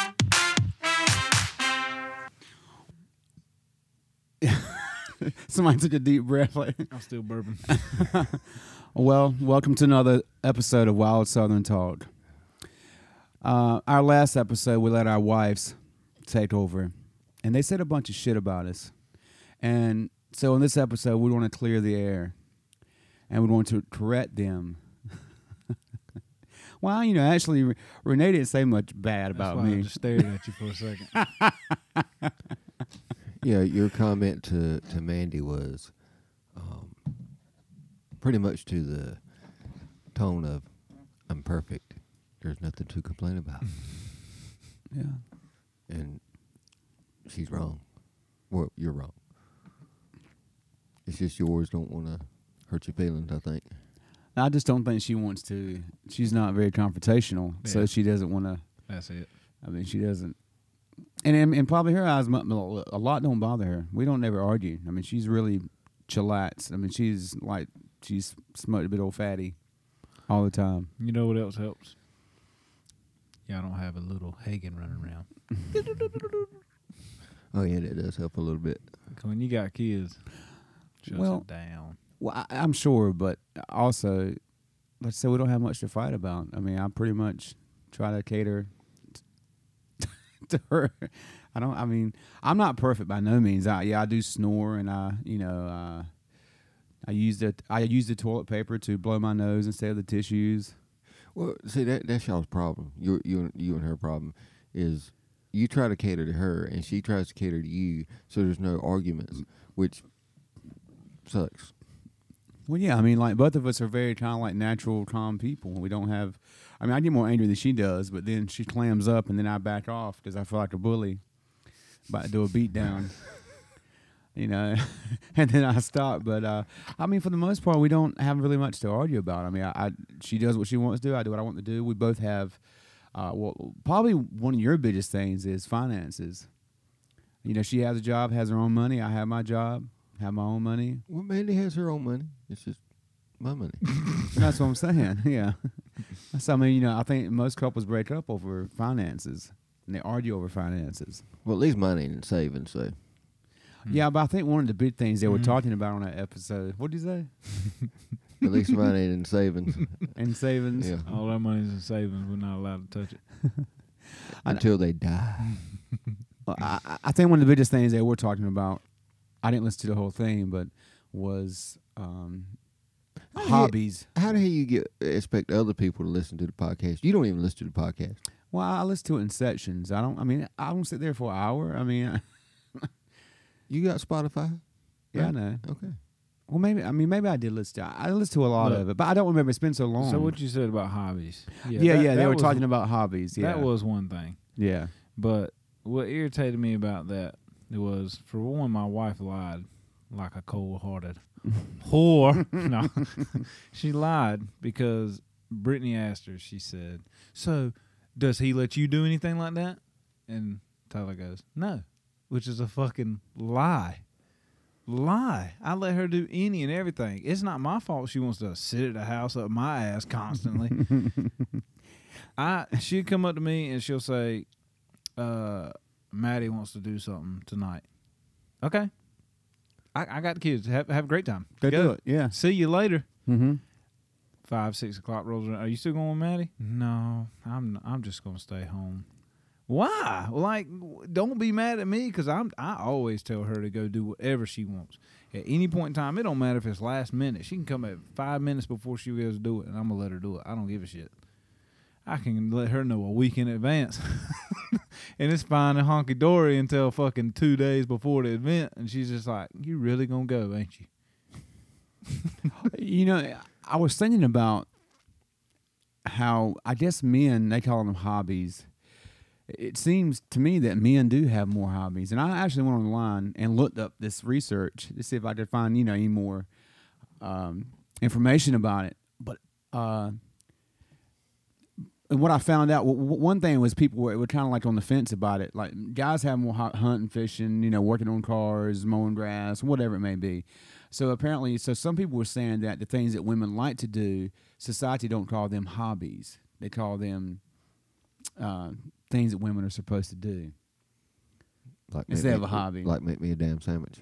Somebody took a deep breath. Like, I'm still burping. well, welcome to another episode of Wild Southern Talk. Uh, our last episode, we let our wives take over, and they said a bunch of shit about us. And so, in this episode, we want to clear the air, and we want to correct them. well, you know, actually, Re- Renee didn't say much bad That's about why I me. just stared at you for a second. Yeah, your comment to, to Mandy was um, pretty much to the tone of I'm perfect. There's nothing to complain about. Yeah. and she's wrong. Well, you're wrong. It's just yours don't want to hurt your feelings, I think. I just don't think she wants to. She's not very confrontational, so Yeah. she doesn't want to. That's it. I mean, she doesn't. And and, and probably her eyes, mu- mu- a lot don't bother her. We don't never argue. I mean, she's really chillax. I mean, she's like she's smoked a bit old fatty all the time. You know what else helps? Y'all don't have a little Hagen running around. Oh, yeah, that does help a little bit. 'Cause when you got kids, shuts Well- it down. Well, I, I'm sure, but also, let's say we don't have much to fight about. I mean, I pretty much try to cater t- to her. I don't. I mean, I'm not perfect by no means. I yeah, I do snore, and I you know, uh, I use the I use the toilet paper to blow my nose instead of the tissues. Well, see, that that's y'all's problem. Your, you, you and her problem is you try to cater to her, and she tries to cater to you, so there's no arguments, which sucks. Well, yeah, I mean, like both of us are very kind of like natural, calm people. We don't have. I mean, I get more angry than she does, but then she clams up, and then I back off because I feel like a bully, about to do a beat down. you know, and then I stop. But uh, I mean, for the most part, we don't have really much to argue about. I mean, I, I she does what she wants to do. I do what I want to do. We both have. Uh, well, probably one of your biggest things is finances. You know, she has a job, has her own money. I have my job, have my own money. Well, Mandy has her own money. It's just my money. That's what I'm saying. Yeah. So I mean, you know, I think most couples break up over finances and they argue over finances. well, at least mine ain't saving, so. Yeah, but I think one of the big things they were Mhm. talking about on that episode, what did you say? At least mine ain't in savings. And savings. Yeah. All our money's in savings. We're not allowed to touch it. I- Until they die. Well, I, I- I think one of the biggest things they were talking about, I didn't listen to the whole thing, but was um, Oh, yeah. hobbies. How the hell you get expect other people to listen to the podcast? You don't even listen to the podcast. Well, I listen to it in sections. I don't. I mean, I don't sit there for an hour. I mean, You got Spotify? yeah, I Right. know. Okay. Well, maybe. I mean, maybe I did listen to. I listened to a lot Look. of it, but I don't remember. It's been so long. So what you said about hobbies? Yeah, yeah, that- they that were was- talking about hobbies. Yeah, That was one thing. yeah, But what irritated me about that was, for one, my wife lied like a cold-hearted whore. no, she lied because Brittany asked her. She said, "So, does he let you do anything like that?" And Tyler goes, "No," which is a fucking lie. Lie. I let her do any and everything. It's not my fault she wants to sit at the house up my ass constantly. I she'd come up to me and she'll say, uh, Maddie wants to do something tonight. Okay. I, I got the kids. Have, have a great time. go Go. do it. Yeah. See you later. Mm-hmm. Five, six o'clock rolls around. Are you still going with Maddie? No, I'm. I'm just gonna stay home. Why? Like, w- don't be mad at me because I'm. I always tell her to go do whatever she wants at any point in time. It don't matter if it's last minute. She can come at five minutes before she goes to do it, and I'm gonna let her do it. I don't give a shit. I can let her know a week in advance, and it's fine and honky dory until fucking two days before the event, and she's just like, "You really gonna go, ain't you?" You know, I was thinking about how I guess men they call them hobbies. It seems to me that men do have more hobbies, and I actually went online and looked up this research to see if I could find you know any more um, information about it. But uh, and what I found out, w- w- one thing was people were, were kind of like on the fence about it. Like guys have more hu- hunting, fishing, you know, working on cars, mowing grass, whatever it may be. So apparently, so some people were saying that the things that women like to do, society don't call them hobbies. They call them uh, things that women are supposed to do. Like Instead make of me- a hobby. Like make me a damn sandwich.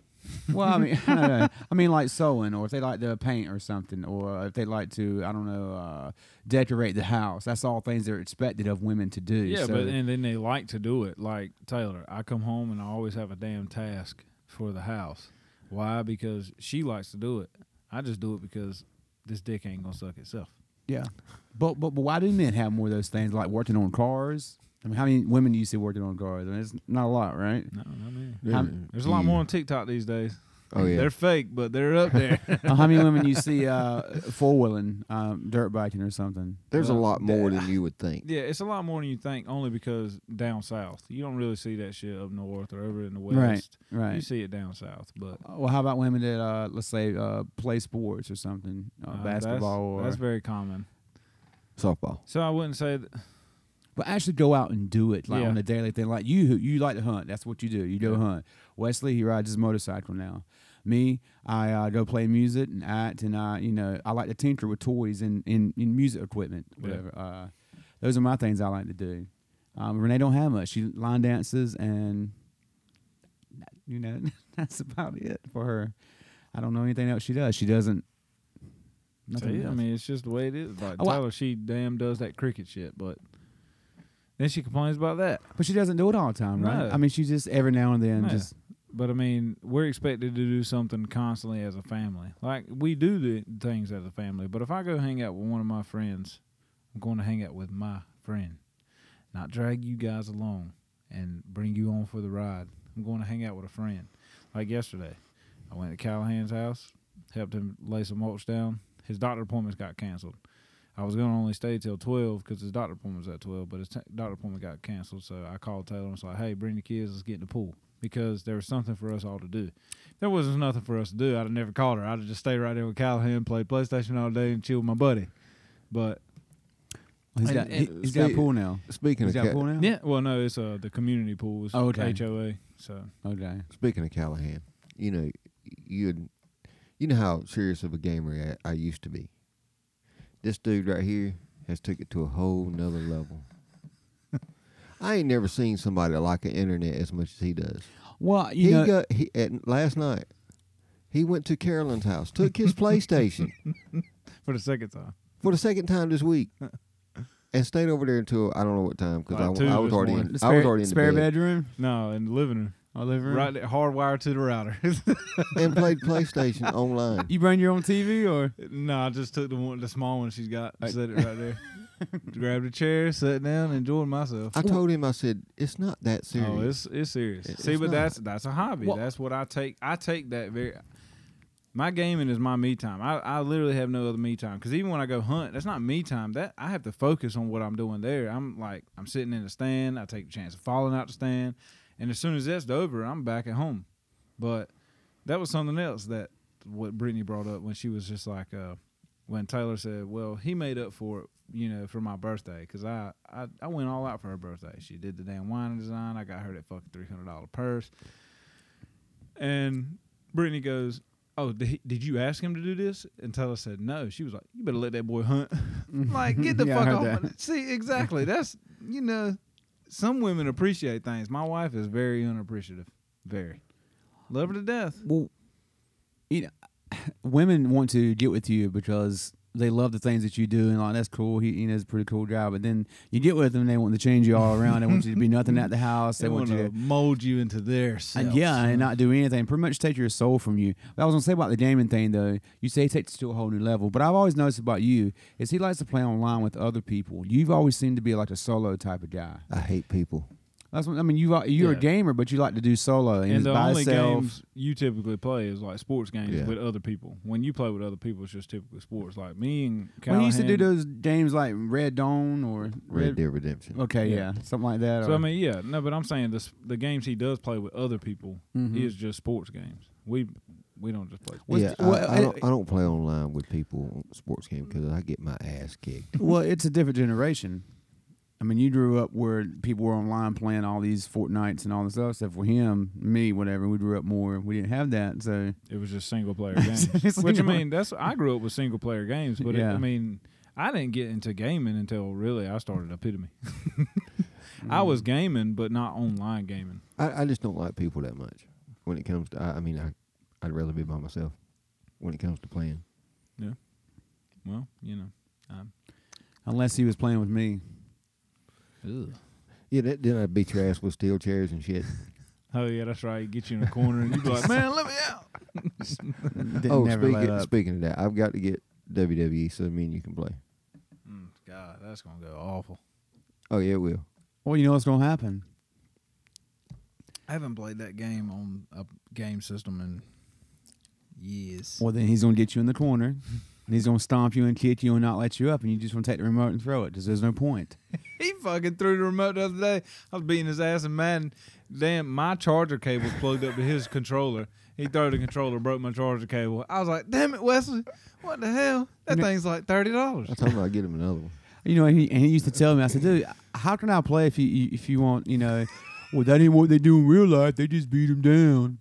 Well, I mean, I, don't know. I mean, like sewing, or if they like to paint or something, or if they like to, I don't know, uh, decorate the house. That's all things that are expected of women to do. Yeah, so- but and then they like to do it. Like Taylor, I come home and I always have a damn task for the house. Why? Because she likes to do it. I just do it because this dick ain't gonna suck itself. yeah, but, but but why do men have more of those things like working on cars? I mean, how many women do you see working on cars? I mean, it's not a lot, right? No, I mean, I'm- there's a lot more on TikTok these days. Oh yeah, They're fake, but they're up there. Uh, how many women do you see uh, four wheeling, um, dirt biking or something? there's a Well, lot more than you would think. yeah, it's a lot more than you think. Only because down south, you don't really see that shit up north or over in the west. Right. You see it down south, but Uh, Well, how about women that uh, let's say uh, play sports or something, uh, uh, that's- basketball that's or very common. Softball. So I wouldn't say that, but actually go out and do it like Yeah. on a daily thing. Like you, you like to hunt. That's what you do. You go hunt. Wesley, he rides his motorcycle now. Me, I uh, go play music and act, and I, you know, I like to tinker with toys and in, in music equipment, whatever. Uh, those are my things I like to do. Um, Renee don't have much. She line dances, and you know, that's about it for her. I don't know anything else she does. She doesn't. So, Nothing yeah, I else. mean, it's just the way it is. Like Oh, I- Tyler, she damn does that cricket shit, but then she complains about that. But she doesn't do it all the time, right? No. I mean, she just every now and then No. just But I mean, we're expected to do something constantly as a family. Like we do the things as a family. But if I go hang out with one of my friends, I'm going to hang out with my friend, not drag you guys along and bring you on for the ride. I'm going to hang out with a friend. Like yesterday, I went to Callahan's house, helped him lay some mulch down. His doctor appointments got canceled. I was going to only stay till 12 because his doctor appointment was at 12, but his t- doctor appointment got canceled. So I called Taylor and was like, hey, bring the kids, let's get in the pool because there was something for us all to do. If there wasn't nothing for us to do, I'd have never called her. I'd have just stayed right there with Callahan, play PlayStation all day, and chill with my buddy. But He's And- got he, and has got a speak- pool now. Speaking He's of got a Ca- pool now. yeah, well, no, it's uh, the community pool is Oh, okay. HOA. So Okay. speaking of Callahan, you know, you you know how serious of a gamer I, I used to be. This dude right here has took it to a whole nother level. I ain't never seen somebody like the internet as much as he does. Well, you he know, got he, at, last night. He went to Carolyn's house, took his PlayStation for the second time, for the second time this week, and stayed over there until I don't know what time because Like two I, was this already morning. in, the I spare, was already in the spare bed, bedroom, no, in the living room, or Oh, living room. right there, hardwired to the router. and played PlayStation online. You bring your own TV or no, I just took the one, the small one she's got, and set it right there, grabbed a chair, sat down, enjoyed myself. I told him, I said, it's not that serious. Oh, it's it's serious. It- See, it's but not. that's that's a hobby. Well- that's what I take. I take that very. My gaming is my me time. I, I literally have no other me time because even when I go hunt, that's not me time. That I have to focus on what I'm doing there. I'm like I'm sitting in the stand. I take the chance of falling out the stand, and as soon as that's over, I'm back at home. But that was something else that what Brittany brought up when she was just like, uh, when Taylor said, "Well, he made up for it, you know, for my birthday because I, I I went all out for her birthday. She did the damn wine and design. I got her that fucking three hundred dollar purse." And Brittany goes, "Oh, did, he, did you ask him to do this?" And Taylor said, "No." She was like, "You better let that boy hunt." I'm like, get the Yeah, I fuck heard off! that. my- See, exactly. That's you know, some women appreciate things. My wife is very unappreciative. Very. Love her to death. well, you know, women want to get with you because they love the things that you do and like that's cool. He, he does a pretty cool job, but then you get with them, they want to change you all around. They want you to be nothing at the house. They, They want to you. mold you into their And self. yeah, and not do anything. Pretty much take your soul from you. I was gonna say about the gaming thing though. You say he takes it to a whole new level, but I've always noticed about you is he likes to play online with other people. You've always seemed to be like a solo type of guy. I hate people. That's what I mean. You are- you're Yeah. a gamer, but you like to do solo and, and it's the by only yourself. games you typically play is like sports games Yeah. with other people. When you play with other people, it's just typically sports. Like me and When Callahan. he used to do those games like Red Dawn or Red Oh, Dead Redemption. Okay, yeah. Yeah. something like that. So or- I mean, yeah, no, but I'm saying this: the games he does play with other people Mhm. is just sports games. We we don't just play. What's yeah, the- well, I, I, it- don't, I don't play online with people on sports game because I get my ass kicked. well, it's a different generation. I mean, you grew up where people were online playing all these Fortnites and all this other stuff. For him, me, whatever, we grew up more. We didn't have that, so It was just single player games. Which I Single- mean, that's I grew up with single player games, but it, I Yeah. mean, I didn't get into gaming until really I started Epitome. I Mm. was gaming, but not online gaming. I, I just don't like people that much when it comes to. I, I mean, I I'd rather be by myself when it comes to playing. Well, you know, I'm. Unless he was playing with me. Ugh. Yeah, that, then I'd beat your ass with steel chairs and shit. Oh yeah, that's right. Get you in a corner and you be like, man, let me out. Didn't oh, never let speaking up. speaking of that, I've got to get WWE so me and you can play. Mm, God, that's gonna go awful. Oh yeah, it will. Well, you know what's gonna happen. I haven't played that game on a game system in years. Well, then he's gonna get you in the corner, and he's gonna stomp you and kick you and not let you up, and you just wanna take the remote and throw it because there's no point. He fucking threw the remote the other day. I was beating his ass and Madden. Damn, my charger cable's plugged up to his controller. He threw the controller, broke my charger cable. I was like, damn it, Wesley. What the hell? That Man. thing's like $30. I told him I'd get him another one. You know, and he, and he used to tell me, I said, dude, how can I play if you- you if you want, you know, well that ain't what they do in real life. They just beat him down.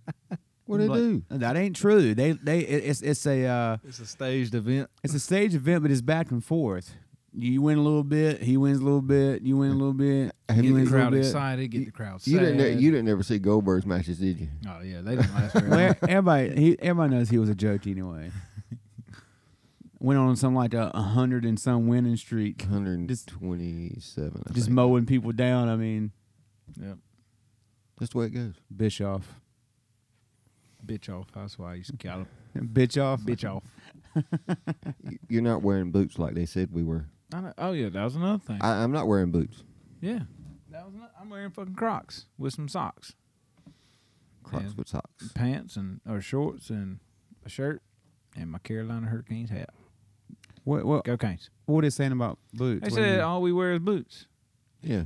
What they Like, do? That ain't true. They they it- it's it's a uh, It's a staged event. it's a stage event, but it's back and forth. You win a little bit, he wins a little bit, you win a little bit, Have he Get you- the wins a little crowd bit. excited, get the crowd sad. You didn't ne- you didn't ever see Goldberg's matches, did you? oh, yeah, they didn't last very long. Well, everybody, he, everybody knows he was a joke anyway. Went on some like a hundred and some winning streak, Hundred twenty-seven. I just think. mowing people down. I mean, Yep. That's the way it goes. Bischoff, Bitch off. That's why I used to call him bitch off, bitch off. Y- You're not wearing boots like they said we were. I know. Oh, yeah, that was another thing. I, I'm not wearing boots. yeah. That was another, I'm wearing fucking Crocs with some socks. Crocs Yeah. with socks. pants and or shorts and a shirt and my Carolina Hurricanes hat. What what Go Canes! what is saying about boots? They What do you said um, mean? all we wear is boots. Yeah.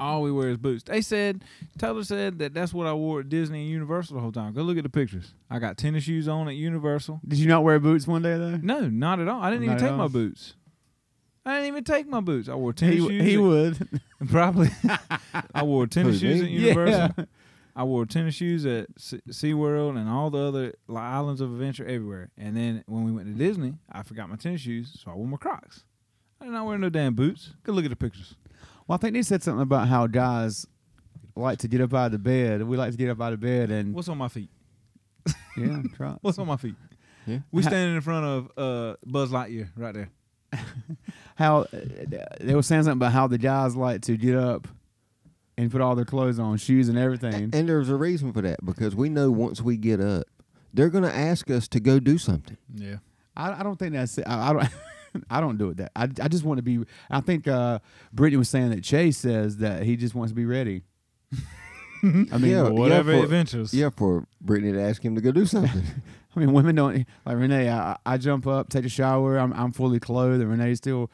All we wear is boots. They said Taylor said that that's what I wore at Disney and Universal the whole time. Go look at the pictures. I got tennis shoes on at Universal. Did you not wear boots one day though? No, not at all. I didn't Not even at take all. my boots. I didn't even take my boots. I wore tennis He, shoes. he at- would. probably. I wore tennis Who, shoes me? at Universal. I wore tennis shoes at Se- SeaWorld and all the other li- islands of adventure everywhere. And then when we went to Disney, I forgot my tennis shoes, so I wore my Crocs. I did not wear no damn boots. Go look at the pictures. Well, I think they said something about how guys like to get up out of the bed. We like to get up out of bed and What's on my feet? yeah, try. What's on my feet? Yeah. We standing in front of uh, Buzz Lightyear right there. How uh, they were saying something about how the guys like to get up and put all their clothes on, shoes and everything. And there's a reason for that because we know once we get up, they're going to ask us to go do something. Yeah. I, I don't think that's. I, I don't. I don't do it that. I, I just want to be. I think uh, Brittany was saying that Chase says that he just wants to be ready. I mean, Yeah. Whatever for- adventures. Yeah, for Brittany to ask him to go do something. I mean, women don't like Renee. I, I jump up, take a shower. I'm I'm fully clothed, and Renee's still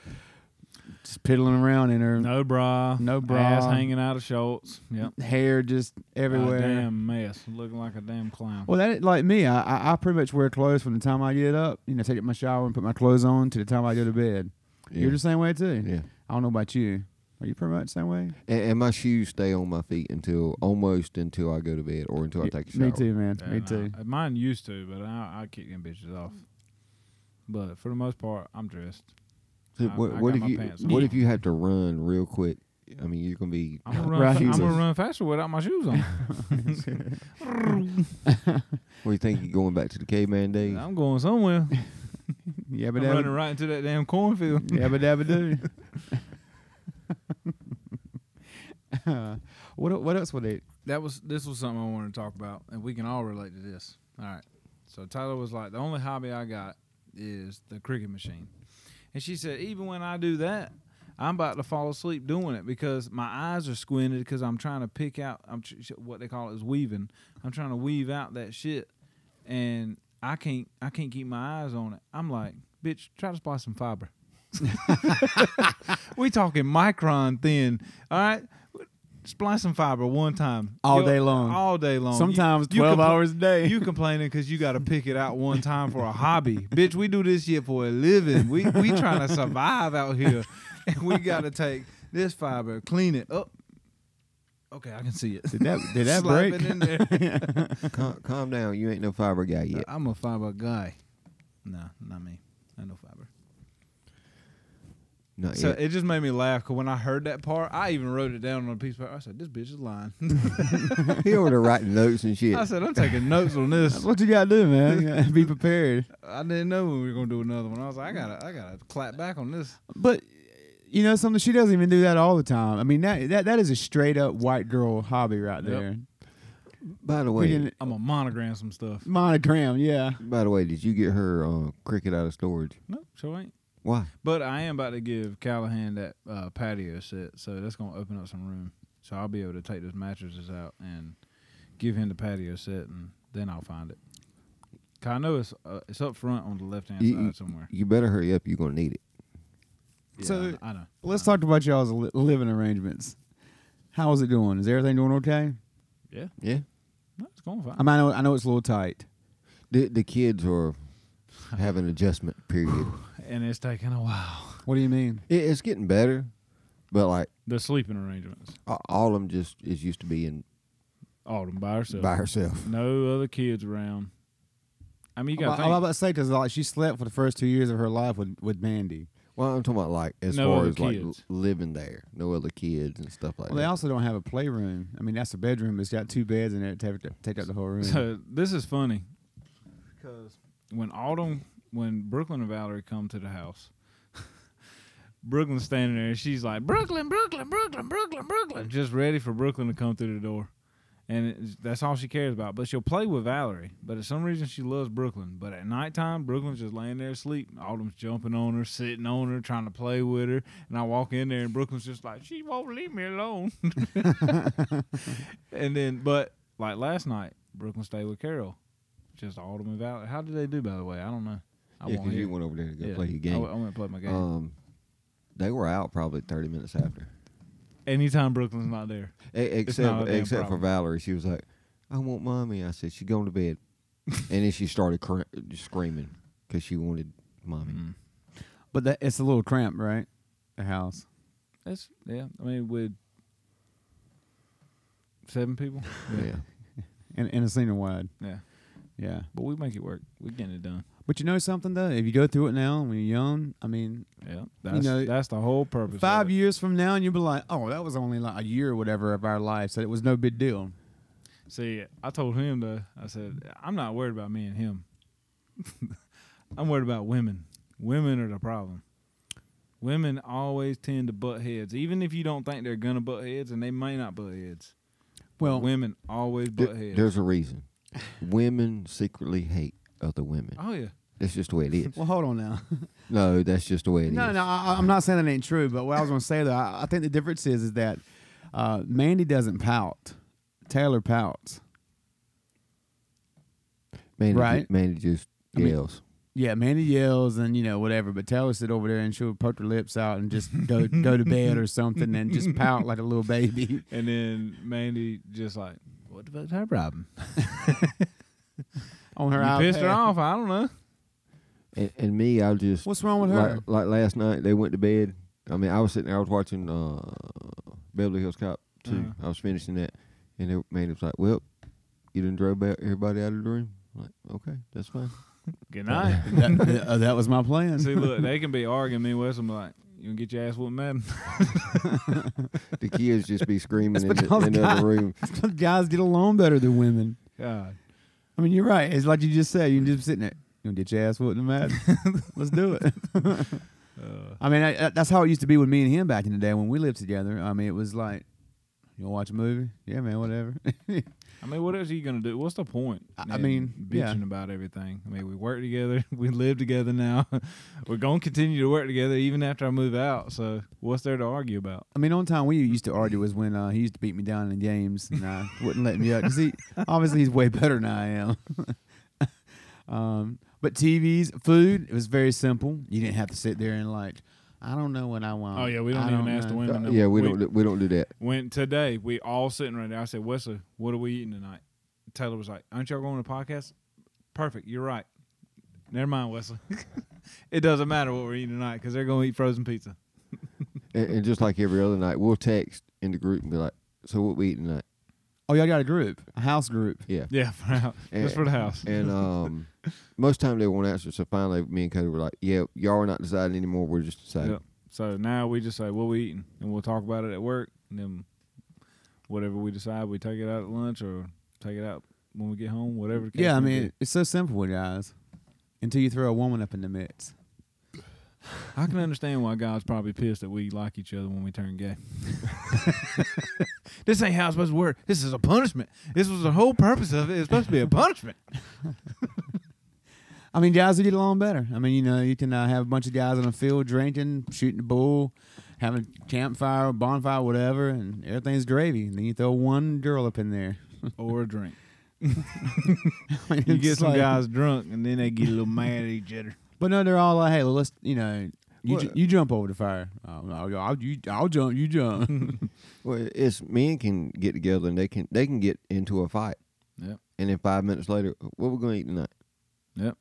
just piddling around in her No bra. No bra. Ass hanging out of shorts. Yep. hair just everywhere. A damn mess. Looking like a damn clown. Well, that like me, I, I I pretty much wear clothes from the time I get up, you know, take my shower and put my clothes on to the time I go to bed. Yeah. You're the same way too. Yeah. I don't know about you. Are you pretty much the same way? And, and my shoes stay on my feet until almost until I go to bed or until I take a shower. Me too, man. Yeah, me nah. too. Uh, Mine used to, but I, I kick them bitches off. But for the most part, I'm dressed. So I- what I what got if my you pants what on. if you have to run real quick? I mean, you're gonna be. I'm gonna run. Right. fa- I'm gonna Jesus. run faster without my shoes on. What do you think? You're going back to the caveman days? I'm going somewhere. Yeah, I'm but running right into that damn cornfield. Yeah, but dabba do. Uh, what what else would they? That was this was something I wanted to talk about, and we can all relate to this. All right. So Tyler was like, the only hobby I got is the cricket machine, and she said even when I do that. I'm about to fall asleep doing it because my eyes are squinted because I'm trying to pick out I'm tr- sh- what they call it is weaving. I'm trying to weave out that shit, and I can't I can't keep my eyes on it. I'm like, bitch, try to spot some fiber. we talking micron thin, all right. Splice some fiber one time All You're- day long. All day long. You- Sometimes you twelve compl- hours a day. you complaining because you got to pick it out one time for a hobby, bitch. We do this shit for a living. We we trying to survive out here, and we got to take this fiber, clean it up. Okay, I can see it. did that did that Slap break? it in there. Cal- calm down. You ain't no fiber guy yet. I'm a fiber guy. No, not me. I know fiber. Not So yet. it just made me laugh because when I heard that part, I even wrote it down on a piece of paper. I said, "This bitch is lying." he over there writing notes and shit. I said, "I'm taking notes on this." That's what you gotta do, man. You gotta be prepared. I didn't know we were gonna do another one. I was like, "I gotta, I gotta clap back on this." But you know something, she doesn't even do that all the time. I mean that that, that is a straight up white girl hobby right Yep. there. By the We way, can I'm gonna monogram some stuff. monogram, yeah. by the way, did you get her uh, cricket out of storage? Nope, sure ain't. Why? But I am about to give Callahan that uh, patio set, so that's gonna open up some room. So I'll be able to take those mattresses out and give him the patio set, and then I'll find it. 'Cause I know it's uh, it's up front on the left hand You- you- side somewhere. You better hurry up. You're gonna need it. Yeah, So- I, I know. Let's I know. talk about y'all's li- living arrangements. How is it doing? Is everything doing okay? Yeah, Yeah. no, it's going fine. I mean, I know, I know it's a little tight. The the kids are having adjustment period. and it's taking a while. What do you mean? it, it's getting better, but like The sleeping arrangements, a- all of them just is used to being Autumn by herself, by herself. no other kids around. I mean, you I'm got about- I'm about to say because like she slept for the first two years of her life with with Mandy. Well, I'm talking about like as No far other as like l- kids. living there, no other kids and stuff like Well, they that. also don't have a playroom. I mean, that's a bedroom. It's got two beds in there. to Take, take up the whole room. So this is funny because when Autumn, when Brooklyn and Valerie come to the house, Brooklyn's standing there and she's like, Brooklyn, Brooklyn, Brooklyn, Brooklyn, Brooklyn, just ready for Brooklyn to come through the door. And it's, that's all she cares about. But she'll play with Valerie. But for some reason, she loves Brooklyn. But at nighttime, Brooklyn's just laying there asleep. Autumn's jumping on her, sitting on her, trying to play with her. And I walk in there, and Brooklyn's just like, she won't leave me alone. and then, but like last night, Brooklyn stayed with Carol. Just Autumn and Valerie. How did they do, by the way? I don't know. I yeah, won't because hear. you went over there to go Yeah. play your I, game. went- I went and played my game. Um, they were out probably 30 minutes after. Anytime Brooklyn's not there. E- not a except damn except for problem. Valerie, she was like, "I want mommy." I said, "She going to bed," and then she started cr- screaming because she wanted mommy. Mm. but that, it's a little cramped, right? The house. That's yeah. I mean, with seven people. Yeah. In, in a single wide. Yeah, Yeah. but we make it work. We getting it done. But you know something though, if you go through it now when you're young, I mean, Yeah, that's know, that's the whole purpose. five of it. years from now, and you'll be like, oh, that was only like a year or whatever of our life, so it was no big deal. See, I told him though. I said I'm not worried about me and him. I'm worried about women. Women are the problem. Women always tend to butt heads, even if you don't think they're gonna butt heads, and they may not butt heads. Well, women always Th- butt heads. there's a reason. women secretly hate other women. Oh yeah, That's just the way it is. well, hold on now. No, that's just the way it is. No, no, I, I- I'm not saying that ain't true. But what I was going to say though, I, I think the difference is is that uh, Mandy doesn't pout. Taylor pouts. Mandy, right. Mandy just I mean- yells. Yeah, Mandy yells and you know whatever, but Taylor sit over there and she'll poke her lips out and just go go to bed or something and just pout like a little baby. and then Mandy just like, what the fuck's her problem? on her you pissed her iPad. off. I don't know. and, and me, I just What's wrong with her? like, like last night they went to bed. I mean, I was sitting there. I was watching uh, Beverly Hills Cop 2 Uh-huh. I was finishing that, and it, man, it was like, "Well, you didn't drive everybody out of the room." I'm like, okay, that's fine. Good night. that, that- uh, that was my plan. See, look, they can be arguing. Me and Wes, I'm like, you gonna get your ass whooped, man? The kids just be screaming That's in the, because in the God- other room. Guys get along better than women. God, I mean, you're right. It's like you just said. You're just sitting there. You gonna get your ass whooped, no matter. Let's do it. uh, I mean, I, I- that's how it used to be with me and him back in the day when we lived together. I mean, it was like, you wanna watch a movie? Yeah, man, whatever. I mean, what else are you gonna do? What's the point? I- I in mean, bitching yeah. about everything. I mean, we work together. We live together now. We're gonna continue to work together even after I move out. So, what's there to argue about? I mean, the only time we used to argue was when uh, he used to beat me down in games and I wouldn't let me up. Cause he obviously he's way better than I am. um, but TVs, food, it was very simple. You didn't have to sit there and like, I don't know what I want. oh yeah, we don't I even ask the know." women. yeah, we don't do- we don't do that. Went today. We all sitting right there. I said, Wesley, what are we eating tonight? Taylor was like, Aren't y'all going to podcast? Perfect. You're right. Never mind, Wesley. it doesn't matter what we're eating tonight because they're going to eat frozen pizza. And, and just like every other night, we'll text in the group and be like, "So what we eating tonight?" Oh, y'all got a group, a house group. Yeah. Yeah, for now. Eh. Just for the house. And um, most time they won't answer. So finally, me and Cody were like, "Yeah, y'all are not deciding anymore. We're just deciding." Yep. So now we just say what we eating, and we'll talk about it at work, and then whatever we decide, we take it out at lunch or take it out when we get home, whatever. the case Yeah, I may be. mean, it's so simple, guys. Until you throw a woman up in the mix. I can understand why God's probably pissed that we like each other when we turn gay. this ain't how it's supposed to work. This is a punishment. This was the whole purpose of it. It's supposed to be a punishment. I mean, guys will get along better. I mean, you know, you can uh, have a bunch of guys on a field drinking, shooting the bull, having a campfire, bonfire, whatever, and everything's gravy. And then you throw one girl up in there. or a drink. I mean, You it's get some like- guys drunk, and then they get a little mad at each other. But no, they're all like, hey, let's, you know, you, Well- ju- you jump over the fire. Oh, no, I'll, I'll, you, I'll jump, you jump. Well, it's men can get together and they can they can get into a fight. Yep. And then five minutes later, what we gonna eat tonight?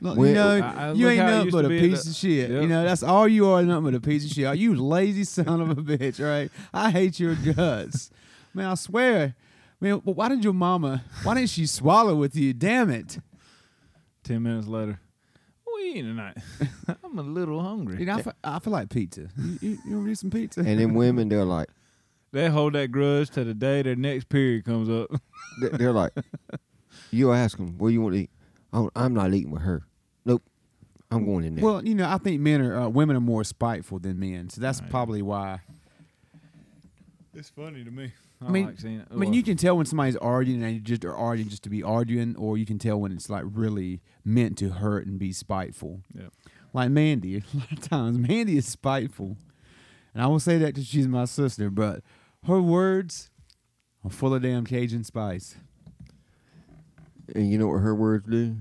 Look, Well, you know, I- I you look ain't how it nothing used but to a be piece that- of shit. You Yep. know, that's all you are, nothing but a piece of shit. You lazy son of a bitch, right? I hate your guts. Man, I swear. Man, but why did your mama, why didn't she swallow with you? Damn it. Ten minutes later, what you eating tonight? I'm a little You hungry. know, I fe- I feel like pizza. You, you, you want to do some pizza? And then women, they're like, They hold that grudge to the day their next period comes up. they- they're like, you ask them, what do you want to eat? Oh, I'm not eating with her. Nope, I'm going in there. Well, you know, I think men are, uh, women are more spiteful than men. So that's Right. probably why. It's funny to me. I, I mean- like seeing it. I mean, you can tell when somebody's arguing and you just are arguing just to be arguing, or you can tell when it's like really meant to hurt and be spiteful. Yeah. Like Mandy, a lot of times Mandy is spiteful, and I will say that because she's my sister, but her words are full of damn Cajun spice. and you know what her words do?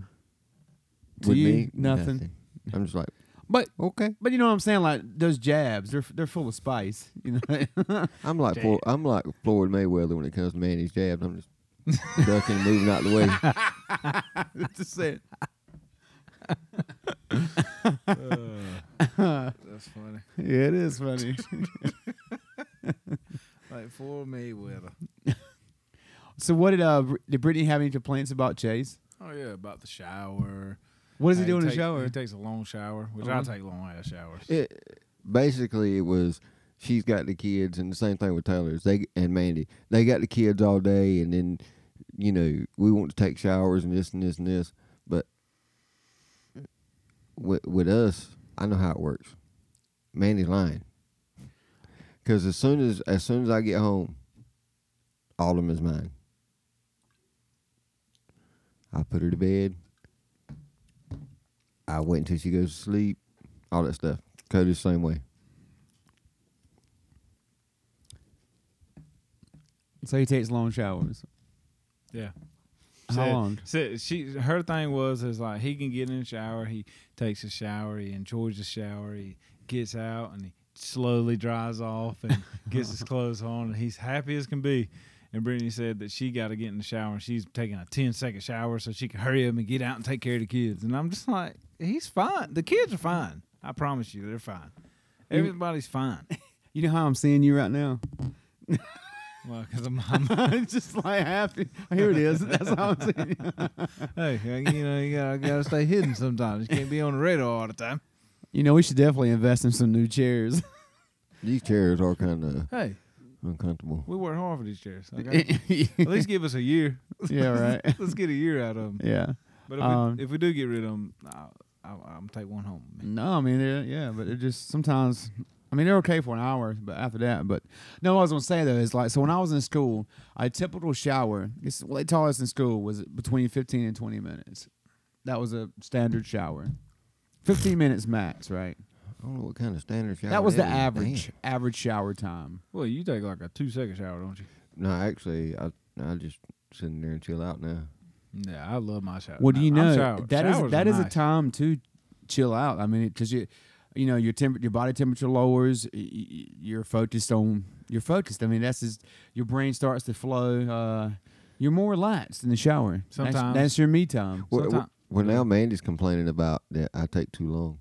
To you, nothing. I'm just like, But okay. but you know what I'm saying? Like those jabs, they're they're full of spice. You know, I'm like, Flo- I'm like Floyd Mayweather when it comes to Manny's jabs. I'm just ducking, and moving out the way. just saying. uh, that's funny. Yeah, it is funny. Like for Mayweather. so what did uh Br- did Brittany have any complaints about Chase? Oh yeah, about the shower. What does he How do in the take- shower? He takes a long shower, which Uh-huh. I take long ass showers. It basically it was she's got the kids and the same thing with Taylor's they and Mandy. They got the kids all day and then you know, we want to take showers and this and this and this, but with with us, I know how it works. Mandy's lying. Cuz as soon as as soon as I get home, all of them is mine. I put her to bed. I wait until she goes to sleep, all that stuff. Cody's the same way. So he takes long showers. yeah. How Said- long? said she her thing was is like he can get in the shower, he takes a shower, he enjoys the shower, he gets out and he slowly dries off and gets his clothes on and he's happy as can be. And Brittany said that she got to get in the shower and she's taking a 10 second shower so she can hurry up and get out and take care of the kids. And I'm just like, he's fine. The kids are fine. I promise you, they're fine. You- Everybody's fine. You know how I'm seeing you right now? Well, because I'm, I'm I'm just like happy. Here it is. That's how I'm seeing you. hey, you know, you gotta, gotta stay hidden sometimes. You can't be on the radar all the time. You know, we should definitely invest in some new chairs. These chairs are kind of Hey, uncomfortable. we work hard for these chairs. Okay? At yeah, least give us a year. right. Let's get a year out of them. Yeah. But if, Um, we, if we do get rid of them, I'll, I'll, I'll take one home. with me. No, I mean, they're, yeah, but it just sometimes. I mean, they're okay for an hour, but after that, but no, what I was gonna say though is like, so when I was in school, a typical shower, this is what they taught us in school was between 15 and 20 minutes. That was a standard shower, 15 minutes max, right? I don't know what kind of standard shower. that was the is. average average shower time. Well, you take like a two second shower, don't you? Damn. No, actually, I I just sitting there and chill out now. Yeah, I love my shower. Well, do you I'm know showered. that is Showers that are is a nice. time to chill out? I mean, because you you know your temp- your body temperature lowers. y- y- You're focused on you're focused. I mean, that's just your brain starts to flow. Uh, you're more relaxed in the shower. That's- Sometimes. that's, your me time. Well, Sometime- well, well, now Mandy's complaining about that I take too long.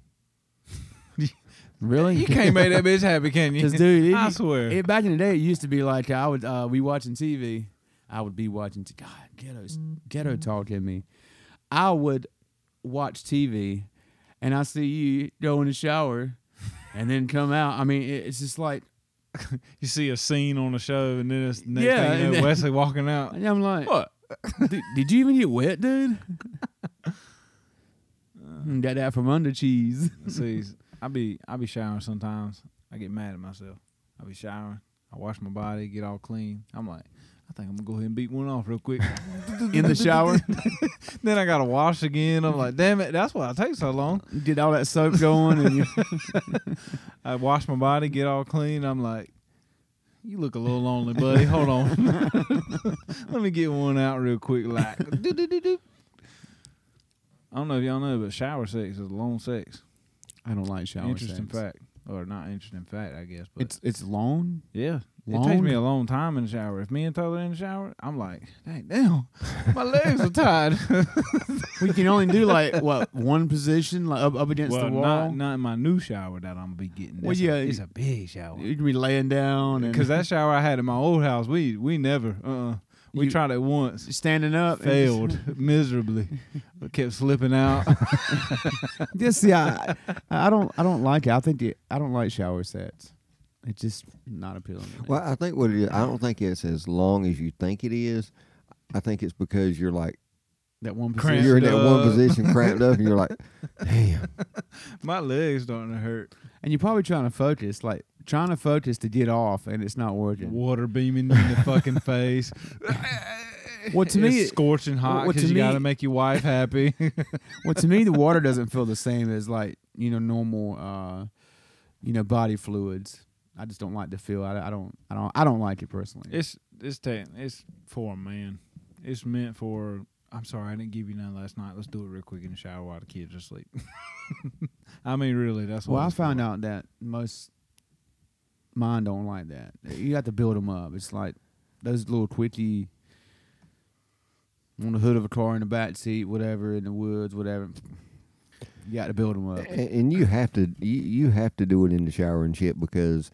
Really, You can't make that bitch happy, can you? 'Cause, dude, it- I swear. it, back in the day, it used to be like I would uh, we watching TV. I would be watching. T- God, ghetto ghetto talk at me. I would watch TV, and I see you go in the shower, and then come out. I mean, it- it's just like, You see a scene on a show, and then it's next Yeah, thing you know, and then- Wesley walking out. and I'm like, What? "Dude, did you even get wet, dude? Got that from under cheese. See, I be I be showering sometimes. I get mad at myself. I be showering. I wash my body, get all clean. I'm like, I think I'm gonna go ahead and beat one off real quick. In the shower, then I gotta wash again. I'm like, damn it, that's why it takes so long. get all that soap going, and you, I wash my body, get all clean. I'm like, you look a little lonely, buddy. Hold on, let me get one out real quick. Like, do do do do. I don't know if y'all know, but shower sex is long sex. I don't like shower. interesting sex. fact, or not interesting fact, I guess. But It's it's long. Yeah. It takes Long? me a long time in the shower. If me and Tyler in the shower, I'm like, dang, damn, my legs are tired. We can only do like what one position, like up, up against well, the wall. not, not in my new shower that I'm be getting. Well, That's a- yeah, it's a big shower. you can be laying down and Because that shower I had in my old house, we we never, uh, uh we You- tried it once, standing up and failed miserably, It kept slipping out. Just yeah, I, I don't I don't like it. I think it, I don't like shower sets. It's just not appealing. To me. Well, I think what it is, I don't think it's as long as you think it is. I think it's because you're like that one Cramp. position. you're in that one up. position cramped up, and you're like, damn. my legs starting to hurt, and you're probably trying to focus, like trying to focus to get off, and it's not working. water beaming you in the fucking face. Well, to me, It's it- scorching hot well, to because you got to me- make your wife happy. Well, to me, the water doesn't feel the same as like you know normal, uh, you know, body fluids. I just don't like the feel. I, I don't I don't I don't like it personally. It's it's ta- it's for a man. It's meant for. I'm sorry, I didn't give you none last night. Let's do it real quick in the shower while the kids are asleep. I mean, really, that's what. well, I found out that most mine don't like that. You have to build them up. It's like those little quickie on the hood of a car in the back seat, whatever, in the woods, whatever. You got to build them up. A- And you have to you, you have to do it in the shower and shit because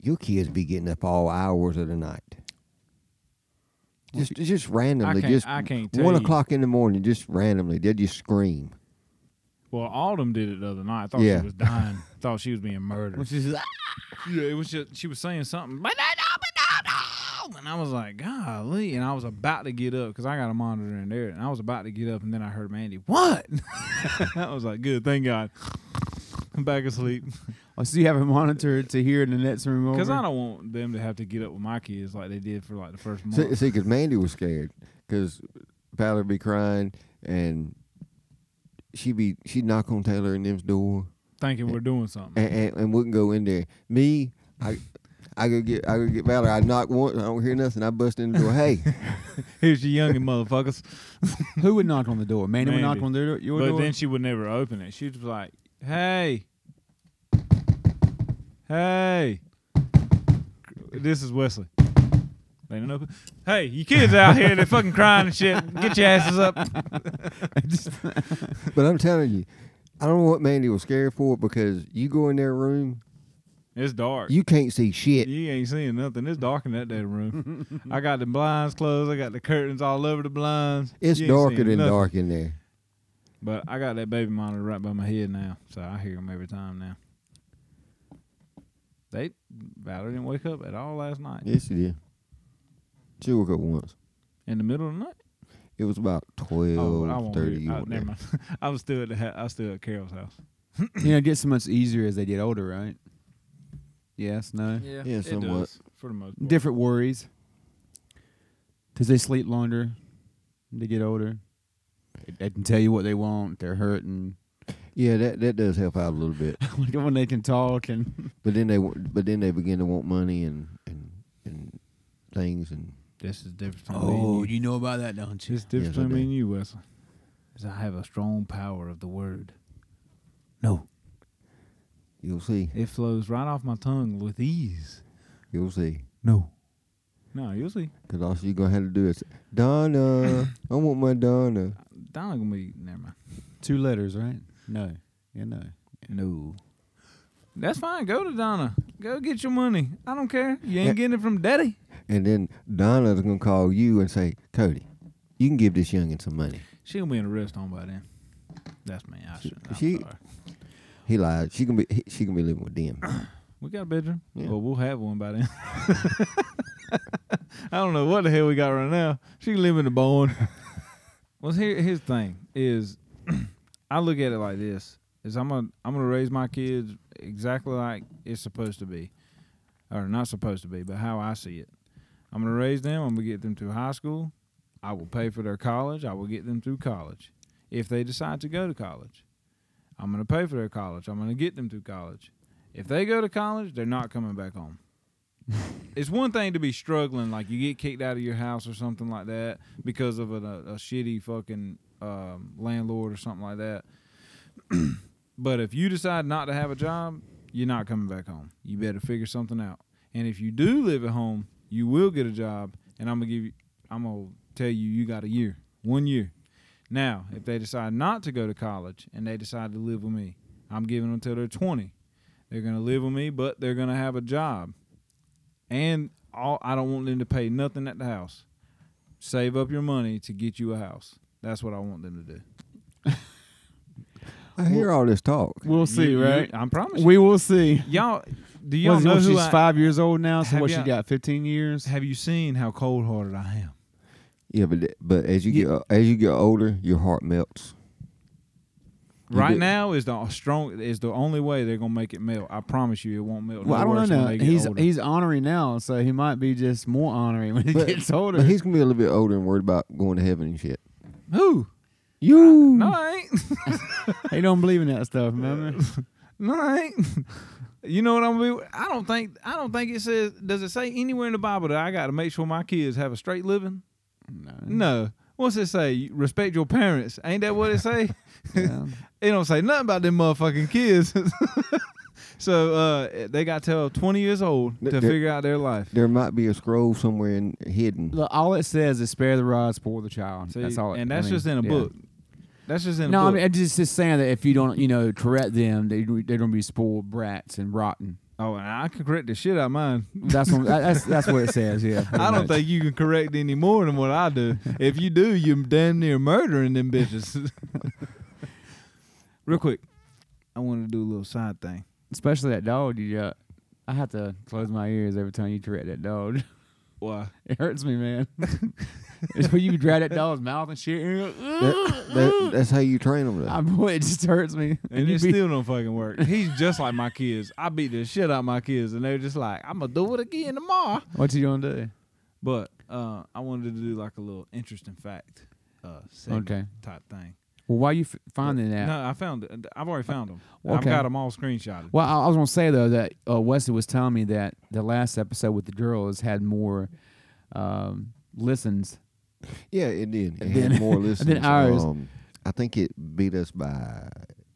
your kids be getting up all hours of the night. Just just randomly, can't- just I can't tell one you. o'clock in the morning, just randomly, they just scream. Well, Autumn did it the other night. I thought Yeah. she was dying. thought she was being murdered. Which is "Ah!" yeah, it was just she was saying something. And I was like, golly. And I was about to get up because I got a monitor in there. And I was about to get up. And then I heard Mandy, what? I was like, good. Thank God. I'm back asleep. I see you have a monitor to hear in the next room over. Because I don't want them to have to get up with my kids like they did for like the first month. See, see, because Mandy was scared because Tyler be crying and she be she would knock on Taylor and them's door thinking we're doing something. and, and, and wouldn't go in there. Me, I. I go get I go get Valerie. I knock once. I don't hear nothing. I bust in the door. Hey, Here's your youngin' motherfuckers. Who would knock on the door? Manny would knock Mandy. on their door. Your But door. then she would never open it. She'd be like, "Hey, hey, this is Wesley." They didn't open. Hey, you kids out here, they're fucking crying and shit. Get your asses up. but I'm telling you, I don't know what Mandy was scared for because you go in their room, It's dark. you can't see shit. You ain't seeing nothing. It's dark in that damn room. I got the blinds closed. I got the curtains all over the blinds. It's You ain't darker seeing than nothing. dark in there. But I got that baby monitor right by my head now, so I hear them every time now. They Valerie didn't wake up at all last night. Yes, you did. She woke up once. In the middle of the night. It was about Oh, I twelve won't. thirty. hear- I, never mind. I was still at the ha- I was still at Carol's house. you know, it gets so much easier as they get older, right? Yes, no. Yeah, Yeah, somewhat. for the most part. different worries because they sleep longer they get older They- they can tell you what they want they're hurting Yeah, that that does help out a little bit. Like when they can talk and But then they wa- but then they begin to want money and and and things and This is different between me and Oh, you. know about that don't This is different Yes, Oh, I between me do. and you, Wesley. Is I have a strong power of the word. No, you'll see it flows right off my tongue with ease. you'll see No, no, you'll see. because all you're gonna have to do is Donna. I want my Donna. Donna gonna be never mind. two letters right no yeah no No. That's fine. Go to Donna. Go get your money. I don't care. You ain't getting it from daddy. And then Donna's gonna call you and say, Cody, you can give this youngin' some money. She'll be in a rest home by then. That's me. I shouldn't. I'm she- sorry. He lied. She can be. he- She can be living with them. We got a bedroom. Yeah. Well, we'll have one by then. I don't know what the hell we got right now. She can live in the barn. well, here, here's the thing: is I look at it like this: is I'm gonna I'm gonna raise my kids exactly like it's supposed to be, or not supposed to be, but how I see it. I'm gonna raise them. I'm gonna get them through high school. I will pay for their college. I will get them through college if they decide to go to college. I'm gonna pay for their college. I'm gonna get them through college. If they go to college, they're not coming back home. it's one thing to be struggling, like you get kicked out of your house or something like that because of a, a, shitty fucking um, landlord or something like that. but if you decide not to have a job, you're not coming back home. You better figure something out. And if you do live at home, you will get a job. And I'm gonna give you, I'm gonna tell you, you got a year, one year. Now, if they decide not to go to college and they decide to live with me, I'm giving them till they're 20. They're gonna live with me, but they're gonna have a job, and all I don't want them to pay nothing at the house. Save up your money to get you a house. That's what I want them to do. I hear all this talk. We'll see, You- you- right? I promise. We will see. you. all do What y'all is it, know what, who she's I, five years old now, so Have what she y'all- got? Fifteen years. Have you seen how cold hearted I am? Yeah, but th- but as you get o- as you get older, your heart melts. You right get- now is the uh, strong is the only way they're gonna make it melt. I promise you, it won't melt. Well, I no don't worse when know. they get He's older. he's honorary now, so he might be just more honorary when he But- gets older. But he's gonna be a little bit older and worried about going to heaven and shit. who? Hmm. You. No, I ain't. he don't believe in that stuff, remember? No, I ain't. You know what I'm gonna be? I don't think I don't think it says does it say anywhere in the Bible that I gotta make sure my kids have a straight living? Mm-hmm. No. What's it say? You Respect your parents. Ain't that what it say? Yeah. it don't say nothing about them motherfucking kids. so uh they got till twenty years old to Th- th- figure out their life. There might be a scroll somewhere in, hidden. Look, all it says is spare the rod, spoil the child. See, that's all. It, and I that's mean, just in a yeah. book. That's just in a No, I book. mean, it's just, just saying that if you don't, you know, correct them, they they're gonna be spoiled brats and rotten. oh, and I can correct the shit out of mine. That's what, that- that's that's what it says. Yeah, pretty I don't much. think you can correct any more than what I do. If you do, you're damn near murdering them bitches. Real quick, I want to do a little side thing. especially that dog you got. I have to close my ears every time you correct that dog. Why? It hurts me, man. it's when you drag that dog's mouth and shit. And you're like, "Ugh." That- that- that's how you train them. I, boy, it just hurts me. And you it be- still don't fucking work. He's just like my kids. I beat the shit out of my kids, and they're just like, "I'm gonna do it again tomorrow." what you gonna do? But uh, I wanted to do like a little interesting fact, uh, segment Okay. type thing. Well, why you f- finding that? No, I found it. I've already found them. I've Okay. got them all screenshotted. Well, I, I was gonna say though that uh, Wesley was telling me that the last episode with the girls had more um, listens. yeah, it did. It And had then- more and then listeners. ours. Um, I think it beat us by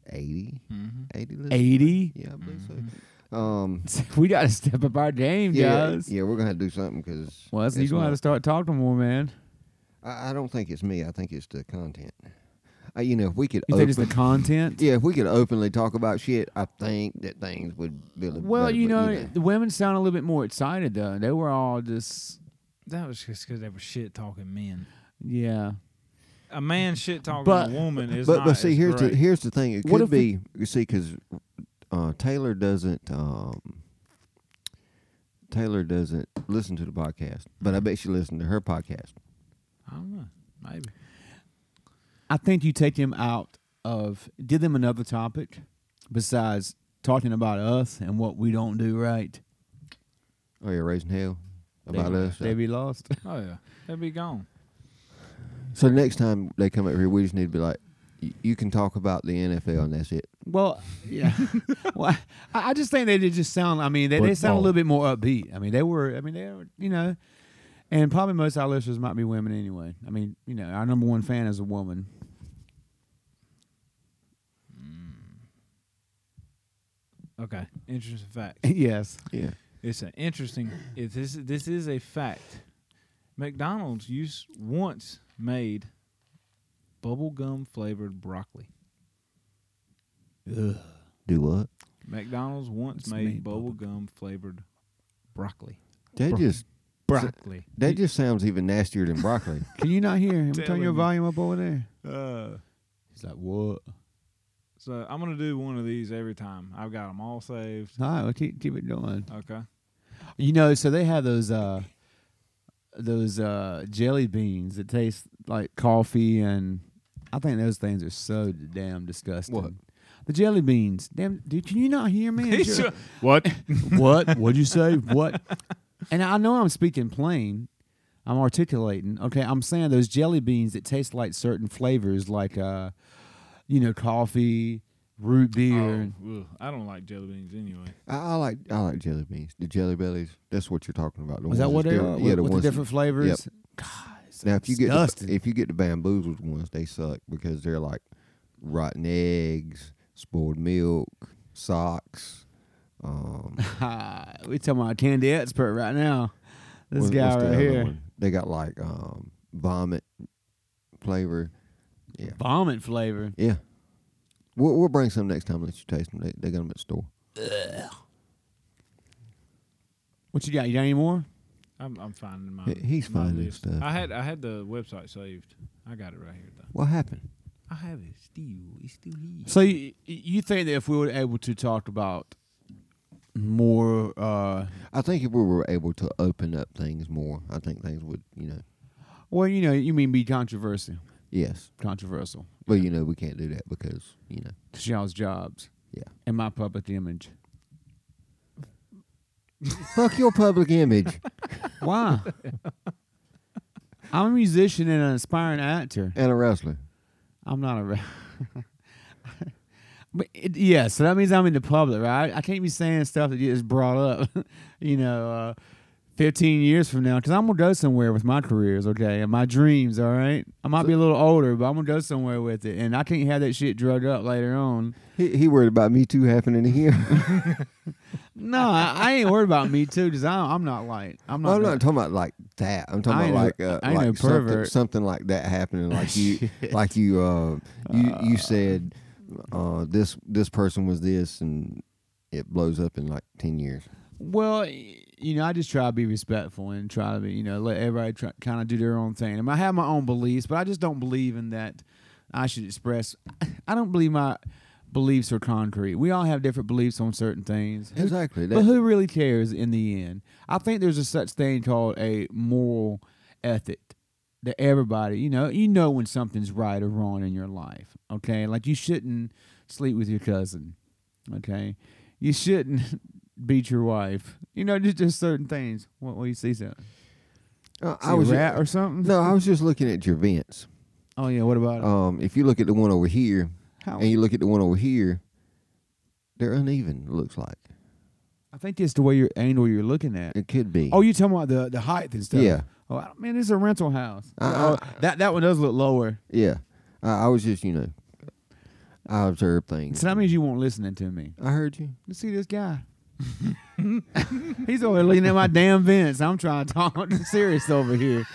80, Mm-hmm. 80 listeners. Eighty. Yeah, I believe so. Um, we gotta step up our game, yeah, Mm-hmm. guys. yeah, we're gonna have to do something because Wesley, you gonna have to start talking more, man. I, I don't think it's me. I think it's the content. Uh, you know, if we could, You think it's the open- content? yeah, if we could openly talk about shit, I think that things would be a little Well, better, you but, know, the women sound a little bit more excited though. They were all just, That was just because they were shit talking men. yeah. a man shit talking But- a woman is but not. but see it's here's great. the here's the thing. It What could if be you see because uh, Taylor doesn't um, Taylor doesn't listen to the podcast, but I bet she listened to her podcast. I don't know. Maybe. I think you take them out of give them another topic besides talking about us and what we don't do right. Oh yeah, raising hell They- about us. They be lost. Oh yeah, they'd be gone. so the next time they come up here, we just need to be like, "Y- you can talk about the NFL and that's it. Well, yeah. well, I, I just think they did just sound. I mean, they, they sound a Football. little bit more upbeat. I mean, they were. I mean, they were. You know, and probably most of our listeners might be women anyway. I mean, you know, our number one fan is a woman. Okay. Interesting fact. yes. Yeah. It's an interesting. It, this this is a fact. McDonald's used once made bubblegum flavored broccoli. Do what? McDonald's once It's made made bubble- bubblegum flavored broccoli. That Bro- just Broccoli. that just sounds even nastier than broccoli. Can you not hear him? Turn Telling your you. volume up over there. Uh, He's like, what? So I'm gonna do one of these every time. I've got them all saved. All right, well, keep keep it going. Okay. You know, so they have those uh those uh jelly beans that taste like coffee and I think those things are so damn disgusting. What? The jelly beans. Damn dude, can you not hear me? It's your- what? what? What'd you say? What? And I know I'm speaking plain. I'm articulating. Okay, I'm saying those jelly beans that taste like certain flavors, like uh, you know, coffee, root beer. I don't like jelly beans anyway. I, I like I like jelly beans, the jelly bellies. That's what you're talking about. The Is that Oh. ones what that's it? different- with, yeah, the with the ones different flavors. God, it's Now, if you get disgusting. the, if you get the bamboozled ones, they suck because they're like rotten eggs, spoiled milk, socks. Um, we talking about candy expert right now. This what- guy what's the right other here, one? They got like um, vomit flavor. Yeah, vomit flavor. yeah. We'll, we'll bring some next time. Let you taste them. They, they got them at the store. What you got? You got any more? I'm I'm finding my. He- he's my finding list. stuff. I had I had the website saved. I got it right here though. What happened? I have it still. It's still here. So you, you think that if we were able to talk about more uh, I think if we were able to open up things more, I think things would, you know, Well, you know, you mean be controversial, yes. controversial. But you know, we can't do that because you know, Cause y'all's jobs yeah. and my public image. Fuck your public image. Why? I'm a musician and an aspiring actor. and a wrestler. I'm not a. Re- but it, yeah, so that means I'm in the public, right? I can't be saying stuff that you just brought up, you know, uh, 15 years from now, because I'm gonna go somewhere with my careers, okay, and my dreams. All right, I might be a little older, but I'm gonna go somewhere with it, and I can't have that shit drugged up later on. He, he worried about me too happening to him. No, I, I ain't worried about me too, because I'm not like I'm not. I'm that- not talking about like that. I'm I talking ain't about no- like uh, I ain't no like something, pervert. something like that happening. Like you, like you, uh, you, you said uh, this this person was this, and it blows up in like ten years. Well, y- you know, I just try to be respectful and try to be, you know, let everybody try, kind of do their own thing. And I have my own beliefs, but I just don't believe in that. I should express. I don't believe my beliefs are concrete. We all have different beliefs on certain things. Who- Exactly. but who really cares in the end? I think there's a such thing called a moral ethic that everybody, you know, you know when something's right or wrong in your life. Okay, like you shouldn't sleep with your cousin. Okay, you shouldn't beat your wife. You know, just, just certain things. What will you see something? Uh, See I was a ju- rat or something. no, I was just looking at your vents. Oh yeah, what about it? Um, if you look at the one over here, How, and you look at the one over here, they're uneven. It looks like I think it's the way your angle you're looking at. it could be. Oh, you talking about the the height and stuff? Yeah. Uh, Oh I- man, it's a rental house. I- oh, that that one does look lower. yeah. I, I was just you know, I observed things. So that means you weren't listening to me. I heard you. Let's see this guy. He's over there looking at my damn vents. I'm trying to talk serious over here.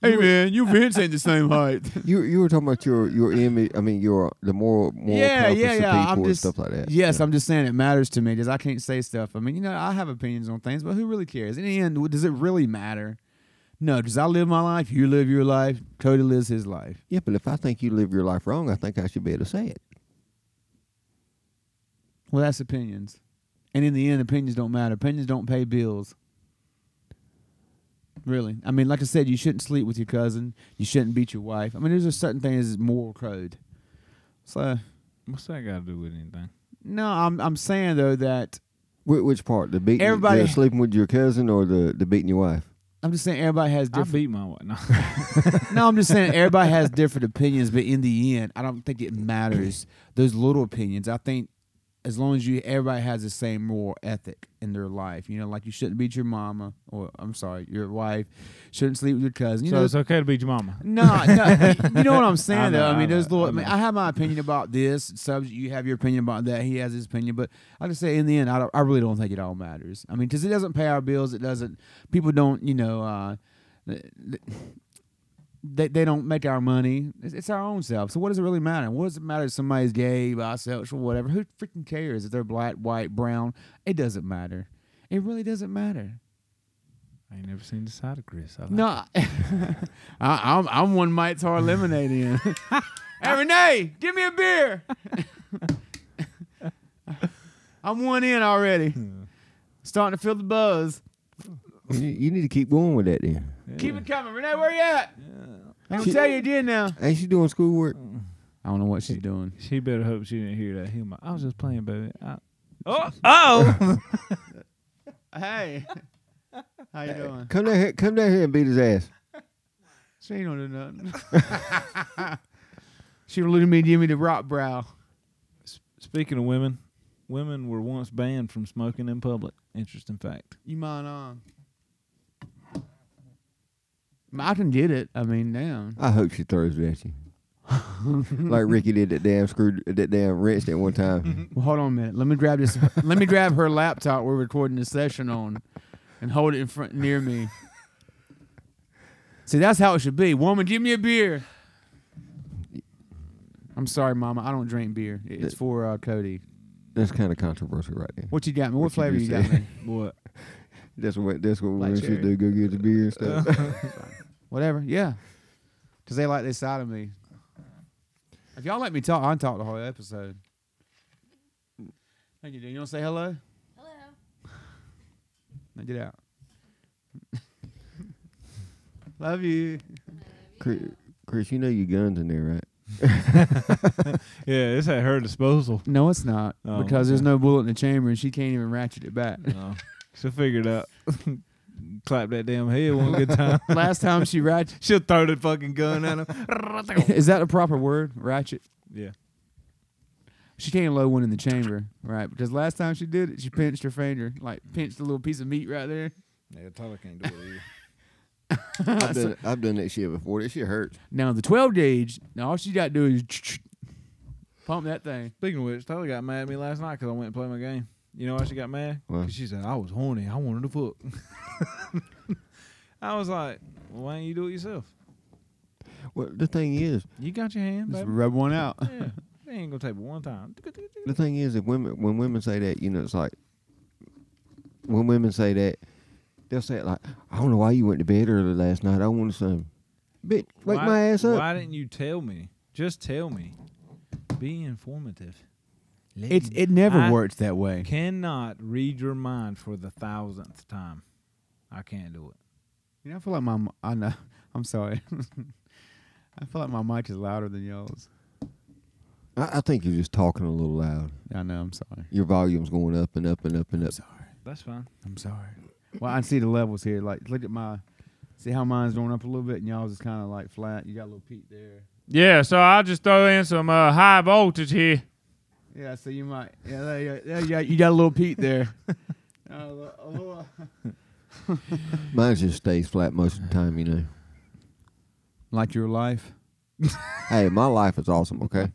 Hey man, your vents ain't the same height. You you were talking about your your image. I mean, your the moral moral yeah, compass yeah, of yeah. people I'm and just stuff like that. Yes, yeah. I'm just saying it matters to me because I can't say stuff. I mean, you know, I have opinions on things, but who really cares? In the end, w- does it really matter? No, because I live my life, you live your life, Cody lives his life. yeah. But if I think you live your life wrong, I think I should be able to say it. Well, that's opinions, and in the end, opinions don't matter. Opinions don't pay bills. Really, I mean, like I said, you shouldn't sleep with your cousin. You shouldn't beat your wife. I mean, there's a certain thing is moral code. So What's that got to do with anything? no, I'm I'm saying though that Wh- which part? The beating, Everybody- the sleeping with your cousin, or the the beating your wife? I'm just saying everybody has I different. beat my wife. No. no, I'm just saying everybody has different opinions, but in the end, I don't think it matters those little opinions. I think as long as you everybody has the same moral ethic in their life, you know, like you shouldn't beat your mama or I'm sorry, your wife, shouldn't sleep with your cousin. You so know, it's okay to beat your mama. no, no, you know what I'm saying I know, though. I I mean, know, there's little. I I, mean, know. I have my opinion about this subject. You have your opinion about that. He has his opinion, but I just say in the end, I, don't, I really don't think it all matters. I mean, because it doesn't pay our bills. It doesn't. People don't. You know. Uh, they, they don't make our money. It's, it's our own self. So what does it really matter? What does it matter if somebody's gay, bisexual, whatever? Who freaking cares if they're black, white, brown? It doesn't matter. It really doesn't matter. I ain't never seen the side of Chris. I like No, I, I, I'm I'm one Mike's hard lemonade in. hey Renee, give me a beer. I'm one in already. Yeah. Starting to feel the buzz. You, you need to keep going with that then. Keep it coming. Renee, where you at? Yeah. I'm going to She- tell you again now. Ain't she doing schoolwork? I don't know what she's doing. She better hope she didn't hear that. He my, I was just playing, baby. I, oh, oh. Hey. How you doing? Come down here, come down here and beat his ass. She ain't gonna do nothing. she alluded me to give me the rock brow. S- Speaking of women, women were once banned from smoking in public. Interesting fact. You mind um? on? Malcolm did it. I mean, damn. I hope she throws it at you. like Ricky did that damn screwed that damn wrench that one time. Well, hold on a minute. Let me grab this. let me grab her laptop we're recording this session on, and hold it in front near me. See, that's how it should be. Woman, give me a beer. I'm sorry, Mama. I don't drink beer. It's for uh, Cody. That's kind of controversial right there. What you got me? What, What flavor you you just got said. me? What? That's what that's what Black women should cherry. do. Go get the beer and stuff. Whatever. Yeah. Because they like this side of me. If y'all let me talk, I'll talk the whole episode. Thank you, dude. You want to say hello? Hello. Now get out. Love you. Chris, Chris, you know your guns in there, right? Yeah, it's at her disposal. No, it's not. Oh, because there's okay. no bullet in the chamber and she can't even ratchet it back. No. Uh, She'll figure it out. Clap that damn head one good time. Last time she ratchet. She'll throw the fucking gun at him. Is that a proper word? Ratchet? yeah. She can't load one in the chamber, right? Because last time she did it, she pinched her finger, like pinched a little piece of meat right there. Yeah, Tyler can't do it either. I've done, I've done that shit before. That shit hurts. Now the 12 gauge, now all she got to do is pump that thing. Speaking of which, Tyler got mad at me last night because I went and played my game. You know why she got mad? Why? Because she said I was horny. I wanted to fuck. I was like, why don't you do it yourself? Well, the thing is, You got your hand, baby. rub one out. yeah, it ain't gonna take but one time. the thing is, if women when women say that, you know, it's like when women say that, they'll say it like, "I don't know why you went to bed early last night. I wanted some." Bitch, wake Why- my ass up. Why didn't you tell me? Just tell me. Be informative. Let It me- it never I works that way. Cannot read your mind for the thousandth time. I can't do it. You know, I feel like my m- I know. I'm sorry. I feel like my mic is louder than y'all's. I, I think you're just talking a little loud. I know. I'm sorry. Your volume's going up and up and up and I'm up. sorry. That's fine. I'm sorry. Well, I see the levels here. Like, look at my. See how mine's going up a little bit, and y'all's is kind of like flat. You got a little peak there. Yeah, so I'll just throw in some uh, high voltage here. Yeah, so you might. Yeah, there you, there you, got- you got a little peak there. Uh, a little- a little- Mine just stays flat most of the time, you know. like your life. Hey, my life is awesome. Okay,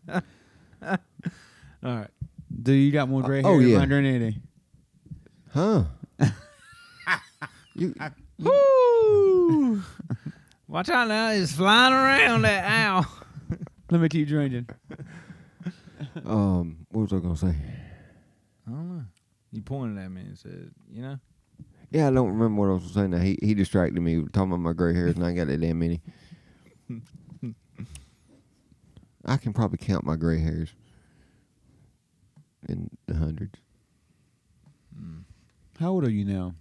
All right. Dude, you got more Uh, gray hair oh, than yeah. mine during any. huh? you, Woo! Watch out now, it's flying around that owl. Let me keep drinking. um, what was I gonna say? I don't know. You pointed at me and said, you know? Yeah, I don't remember what I was saying. Now. He he distracted me talking about my gray hairs, and I got that damn many. I can probably count my gray hairs in the hundreds. How old are you now?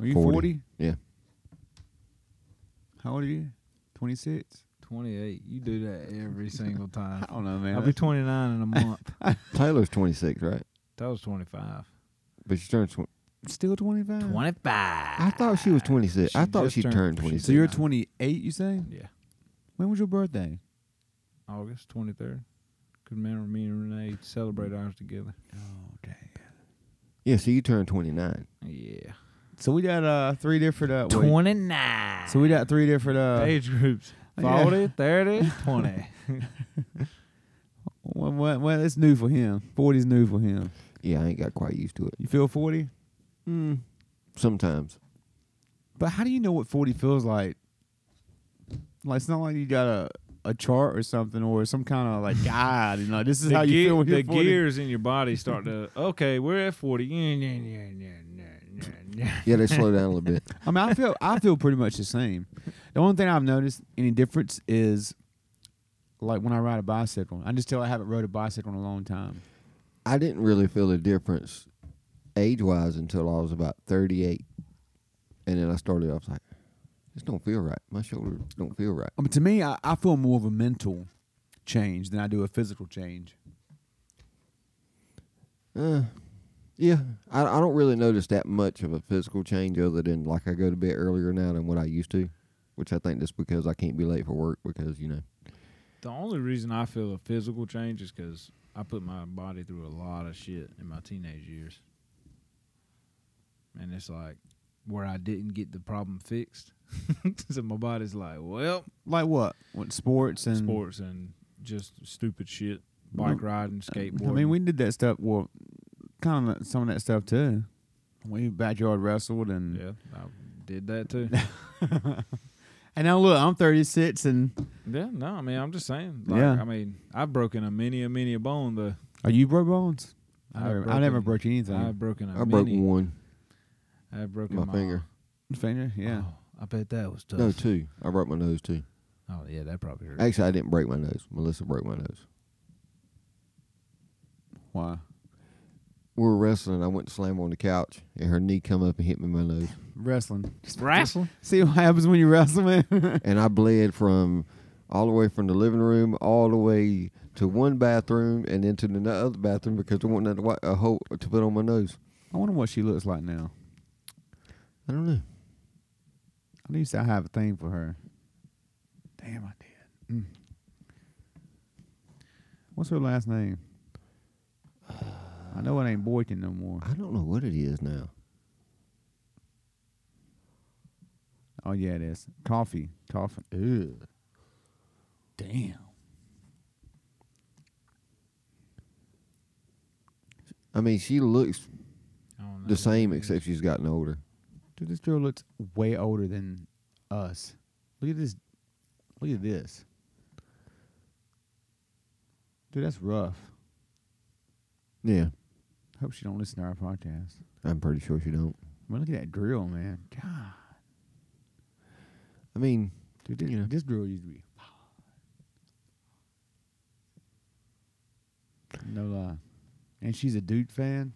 Are you 40? 40. Yeah, How old are you? 26? 28. You do that every single time. I don't know, man. I'll be 29 in a month. Taylor's twenty six, right? that was 25. But she turned. Tw- Still 25? 25. I thought she was twenty six. I She thought just she turned- turned, she twenty So six. you're 28, you say? Yeah. When was your birthday? August 23rd. Good man, me and Renee celebrate ours together. Oh, dang. Yeah, so you turned twenty nine. Yeah. So we got uh three different uh wait. 29. So we got three different uh age groups yeah. 40, 30, 20. well, well, well, it's new for him. 40's new for him. Yeah, I ain't got quite used to it. You feel 40? Hmm. Mm, sometimes. But how do you know what 40 feels like? Like it's not like you got a a chart or something or some kind of like guide, you know. This is the how you ge- feel when the you're 40. gears in your body start to okay we're at 40 Yeah, yeah, yeah, yeah, yeah, yeah, yeah. Yeah, they slow down a little bit. I mean, I feel I feel pretty much the same. The only thing I've noticed any difference is like when I ride a bicycle. I just tell I haven't rode a bicycle in a long time. I didn't really feel the difference age wise until I was about 38. And then I started off like, this don't feel right. My shoulders don't feel right. I mean, to me, I, I feel more of a mental change than I do a physical change. Uh, yeah, I, I don't really notice that much of a physical change other than like I go to bed earlier now than what I used to, which I think that's because I can't be late for work because, you know, The only reason I feel a physical change is because I put my body through a lot of shit in my teenage years. And it's like where I didn't get the problem fixed. so my body's like, well, Like what? What sports and sports and just stupid shit, bike riding, skateboarding. I mean, we did that stuff. Well, kind of some of that stuff too. We backyard wrestled and yeah, I did that too. and now look, I'm 36 and yeah, no, I mean, I'm just saying. Like, Yeah. I mean, I've broken a many, a many a bone. The are you broke bones? I've I never, I never broken- broke anything. I've broken a I broke many. one, I've broken my finger. Finger, yeah. Oh, I bet that was tough. No, two. I broke my nose too. Oh yeah, that probably hurt. Actually, I didn't break my nose. Melissa broke my nose. Why? We were wrestling. I went to slam on the couch, and her knee come up and hit me in my nose, Wrestling. Wrestling. See what happens when you wrestle, man. and I bled from all the way from the living room all the way to one bathroom and then to the no- other bathroom because there wasn't nothing to wa- a hole to put on my nose. I wonder what she looks like now. I don't know. At least I have a thing for her. Damn, I did. Mm. What's her last name? I know it ain't Boykin no more. I don't know what it is now. Oh yeah, it is. Coffee, coffee. Ew. Damn. I mean, she looks I don't know. the same except she's gotten older. Dude, this girl looks way older than us. Look at this. Look at this. Dude, that's rough. Yeah, Hope she don't listen to our podcast. I'm pretty sure she don't. Man, look at that drill, man. God, I mean, dude, this, Yeah. this drill used to be. No lie, and she's a dude fan.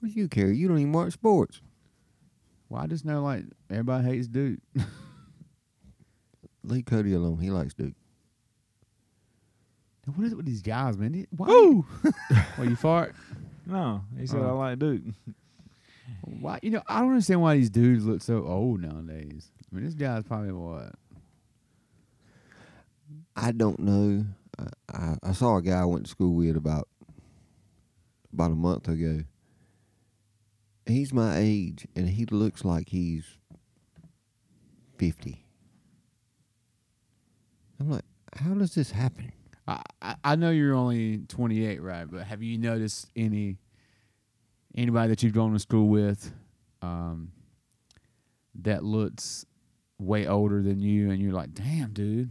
what do you care? You don't even watch sports. Well, I just know like everybody hates Duke. Leave Cody alone. He likes Duke. Now, What is it with these guys, man? They- Why? Woo! Well, you fart. No, he said I Oh. like Duke. Why? You know, I don't understand why these dudes look so old nowadays. I mean, this guy's probably what? I don't know. I, I, I saw a guy I went to school with about about a month ago. He's my age, and he looks like he's fifty. I'm like, how does this happen? I, I I know you're only 28, right? But have you noticed any anybody that you've gone to school with um, that looks way older than you, and you're like, damn, dude,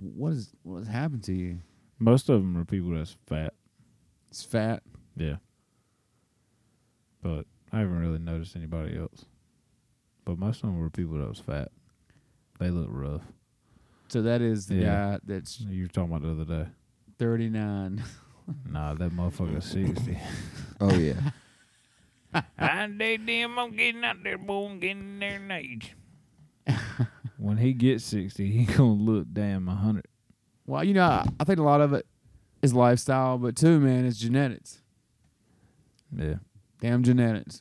what is what has happened to you? Most of them are people that's fat. It's fat. Yeah. But I haven't really noticed anybody else. But most of them were people that was fat. They look rough. So that is the Yeah. guy that's You were talking about the other day. 39. Nah, that motherfucker's sixty. Oh yeah, I did them. I'm getting out there, boy. I'm getting in there in age. when he gets sixty, he gonna look damn a hundred. Well, you know, I, I think a lot of it is lifestyle, but too, man, it's genetics. Yeah. Damn genetics.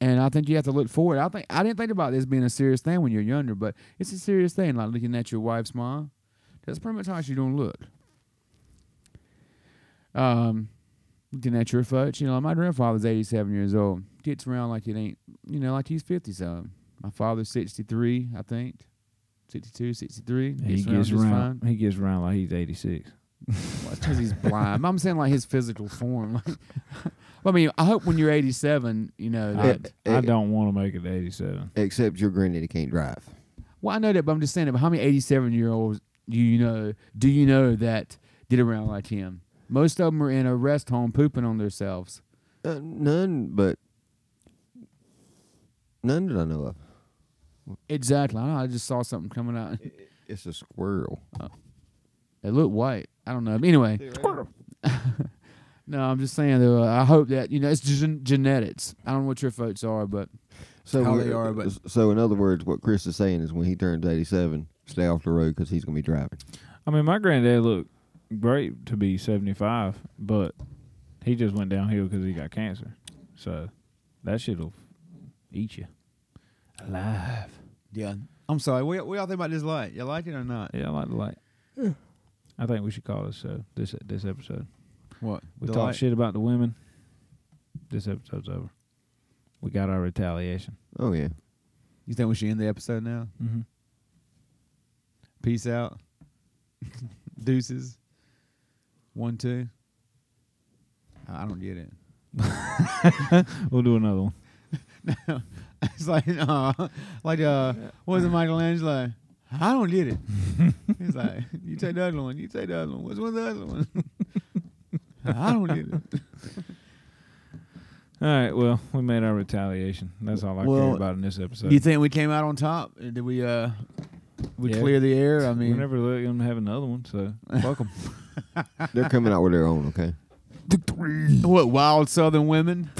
And I think you have to look forward. I think I didn't think about this being a serious thing when you're younger, but it's a serious thing. Like looking at your wife's mom, that's pretty much how she's gonna look. Um, looking at your folks, you know, my grandfather's 87 years old. Gets around like it ain't, you know, like he's 50 something. My father's 63, I think, 62, 63. he gets just around he gets around like he's eighty six. well, it's 'cause he's blind. I'm saying like his physical form. Like, I mean, I hope when you're 87, you know. I, That, I don't want to make it eighty seven. except your granddaddy can't drive. well, I know that, but I'm just saying. But how many 87 year olds do you know? Do you know that did around like him? Most of them are in a rest home pooping on themselves. Uh, none, but none that I know of. Exactly. I, know, I just saw something coming out. It's a squirrel. It looked white. I don't know. But anyway, no, I'm just saying though. I hope that you know it's gen- genetics. I don't know what your folks are, but So How we- they are, but- so in other words, what Chris is saying is when he turns eighty-seven, stay off the road because he's gonna be driving. I mean, my granddad looked great to be 75, but he just went downhill because he got cancer. So that shit'll eat you alive. Yeah. I'm sorry. What, y- what y'all think about this light? You like it or not? Yeah, I like the light. I think we should call this show this this episode. What? We the talk light? shit about the women. This episode's over. We got our retaliation. Oh yeah. You think we should end the episode now? Mm-hmm. Peace out. Deuces. One, two. I I don't get it. We'll do another one. It's like, uh, like, uh, what is it, Michelangelo? I don't get it. He's like, you take the other one, you take the other one. Which one's the other one? I don't get it. All right. Well, we made our retaliation. That's all I Well, care about in this episode. Do you think we came out on top? Uh, Did we, uh, we Yeah. clear the air? I mean, we never let them have another one, so fuck 'em. They're coming out with their own. Okay. what, wild southern women?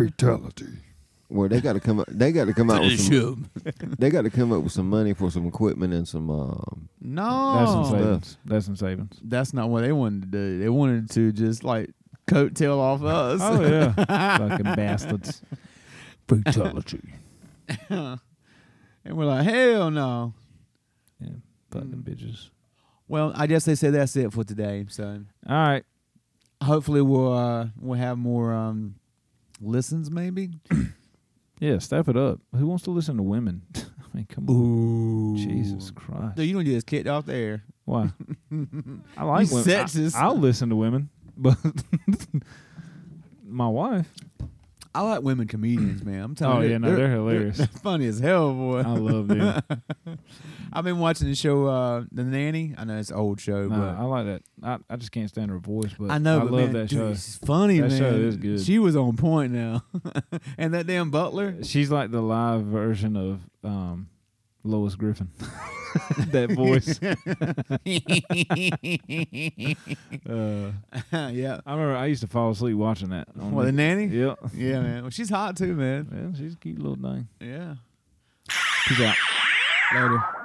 Well, they got to come. Up, they got to come out with some. They got to come up with some money for some equipment and some. Um, That's No. some insane. savings. That's some savings. That's not what they wanted to do. They wanted to just, like, coattail off us. Oh yeah, fucking bastards. Brutality. And we're like, hell no. Yeah, Hmm. fucking bitches. Well, I guess they say that's it for today. So All right. hopefully we'll uh, we'll have more um, listens, maybe. Yeah, step it up. Who wants to listen to women? I mean, come on. Ooh, Jesus Christ. Dude, you don't get us kicked off the air. Why? I like You women. I- sexist. I'll listen to women, but my wife. I like women comedians, man. I'm telling Oh you, yeah, no, they're hilarious. Uh-huh. funny as hell, boy. I love them. I've been watching the show uh, The Nanny. I know it's an old show, Nah, I like that. I, I just can't stand her voice, but but I know. I but love man, that dude, show. It's funny, That man. show is good. She was on point now, and that damn butler. She's like the live version of um, Lois Griffin. that voice. uh, yeah. I remember I used to fall asleep watching that. on Well, the nanny. yeah, Yeah, man. Well, she's hot too, man. yeah, she's a cute little thing. Yeah. She's out. Later.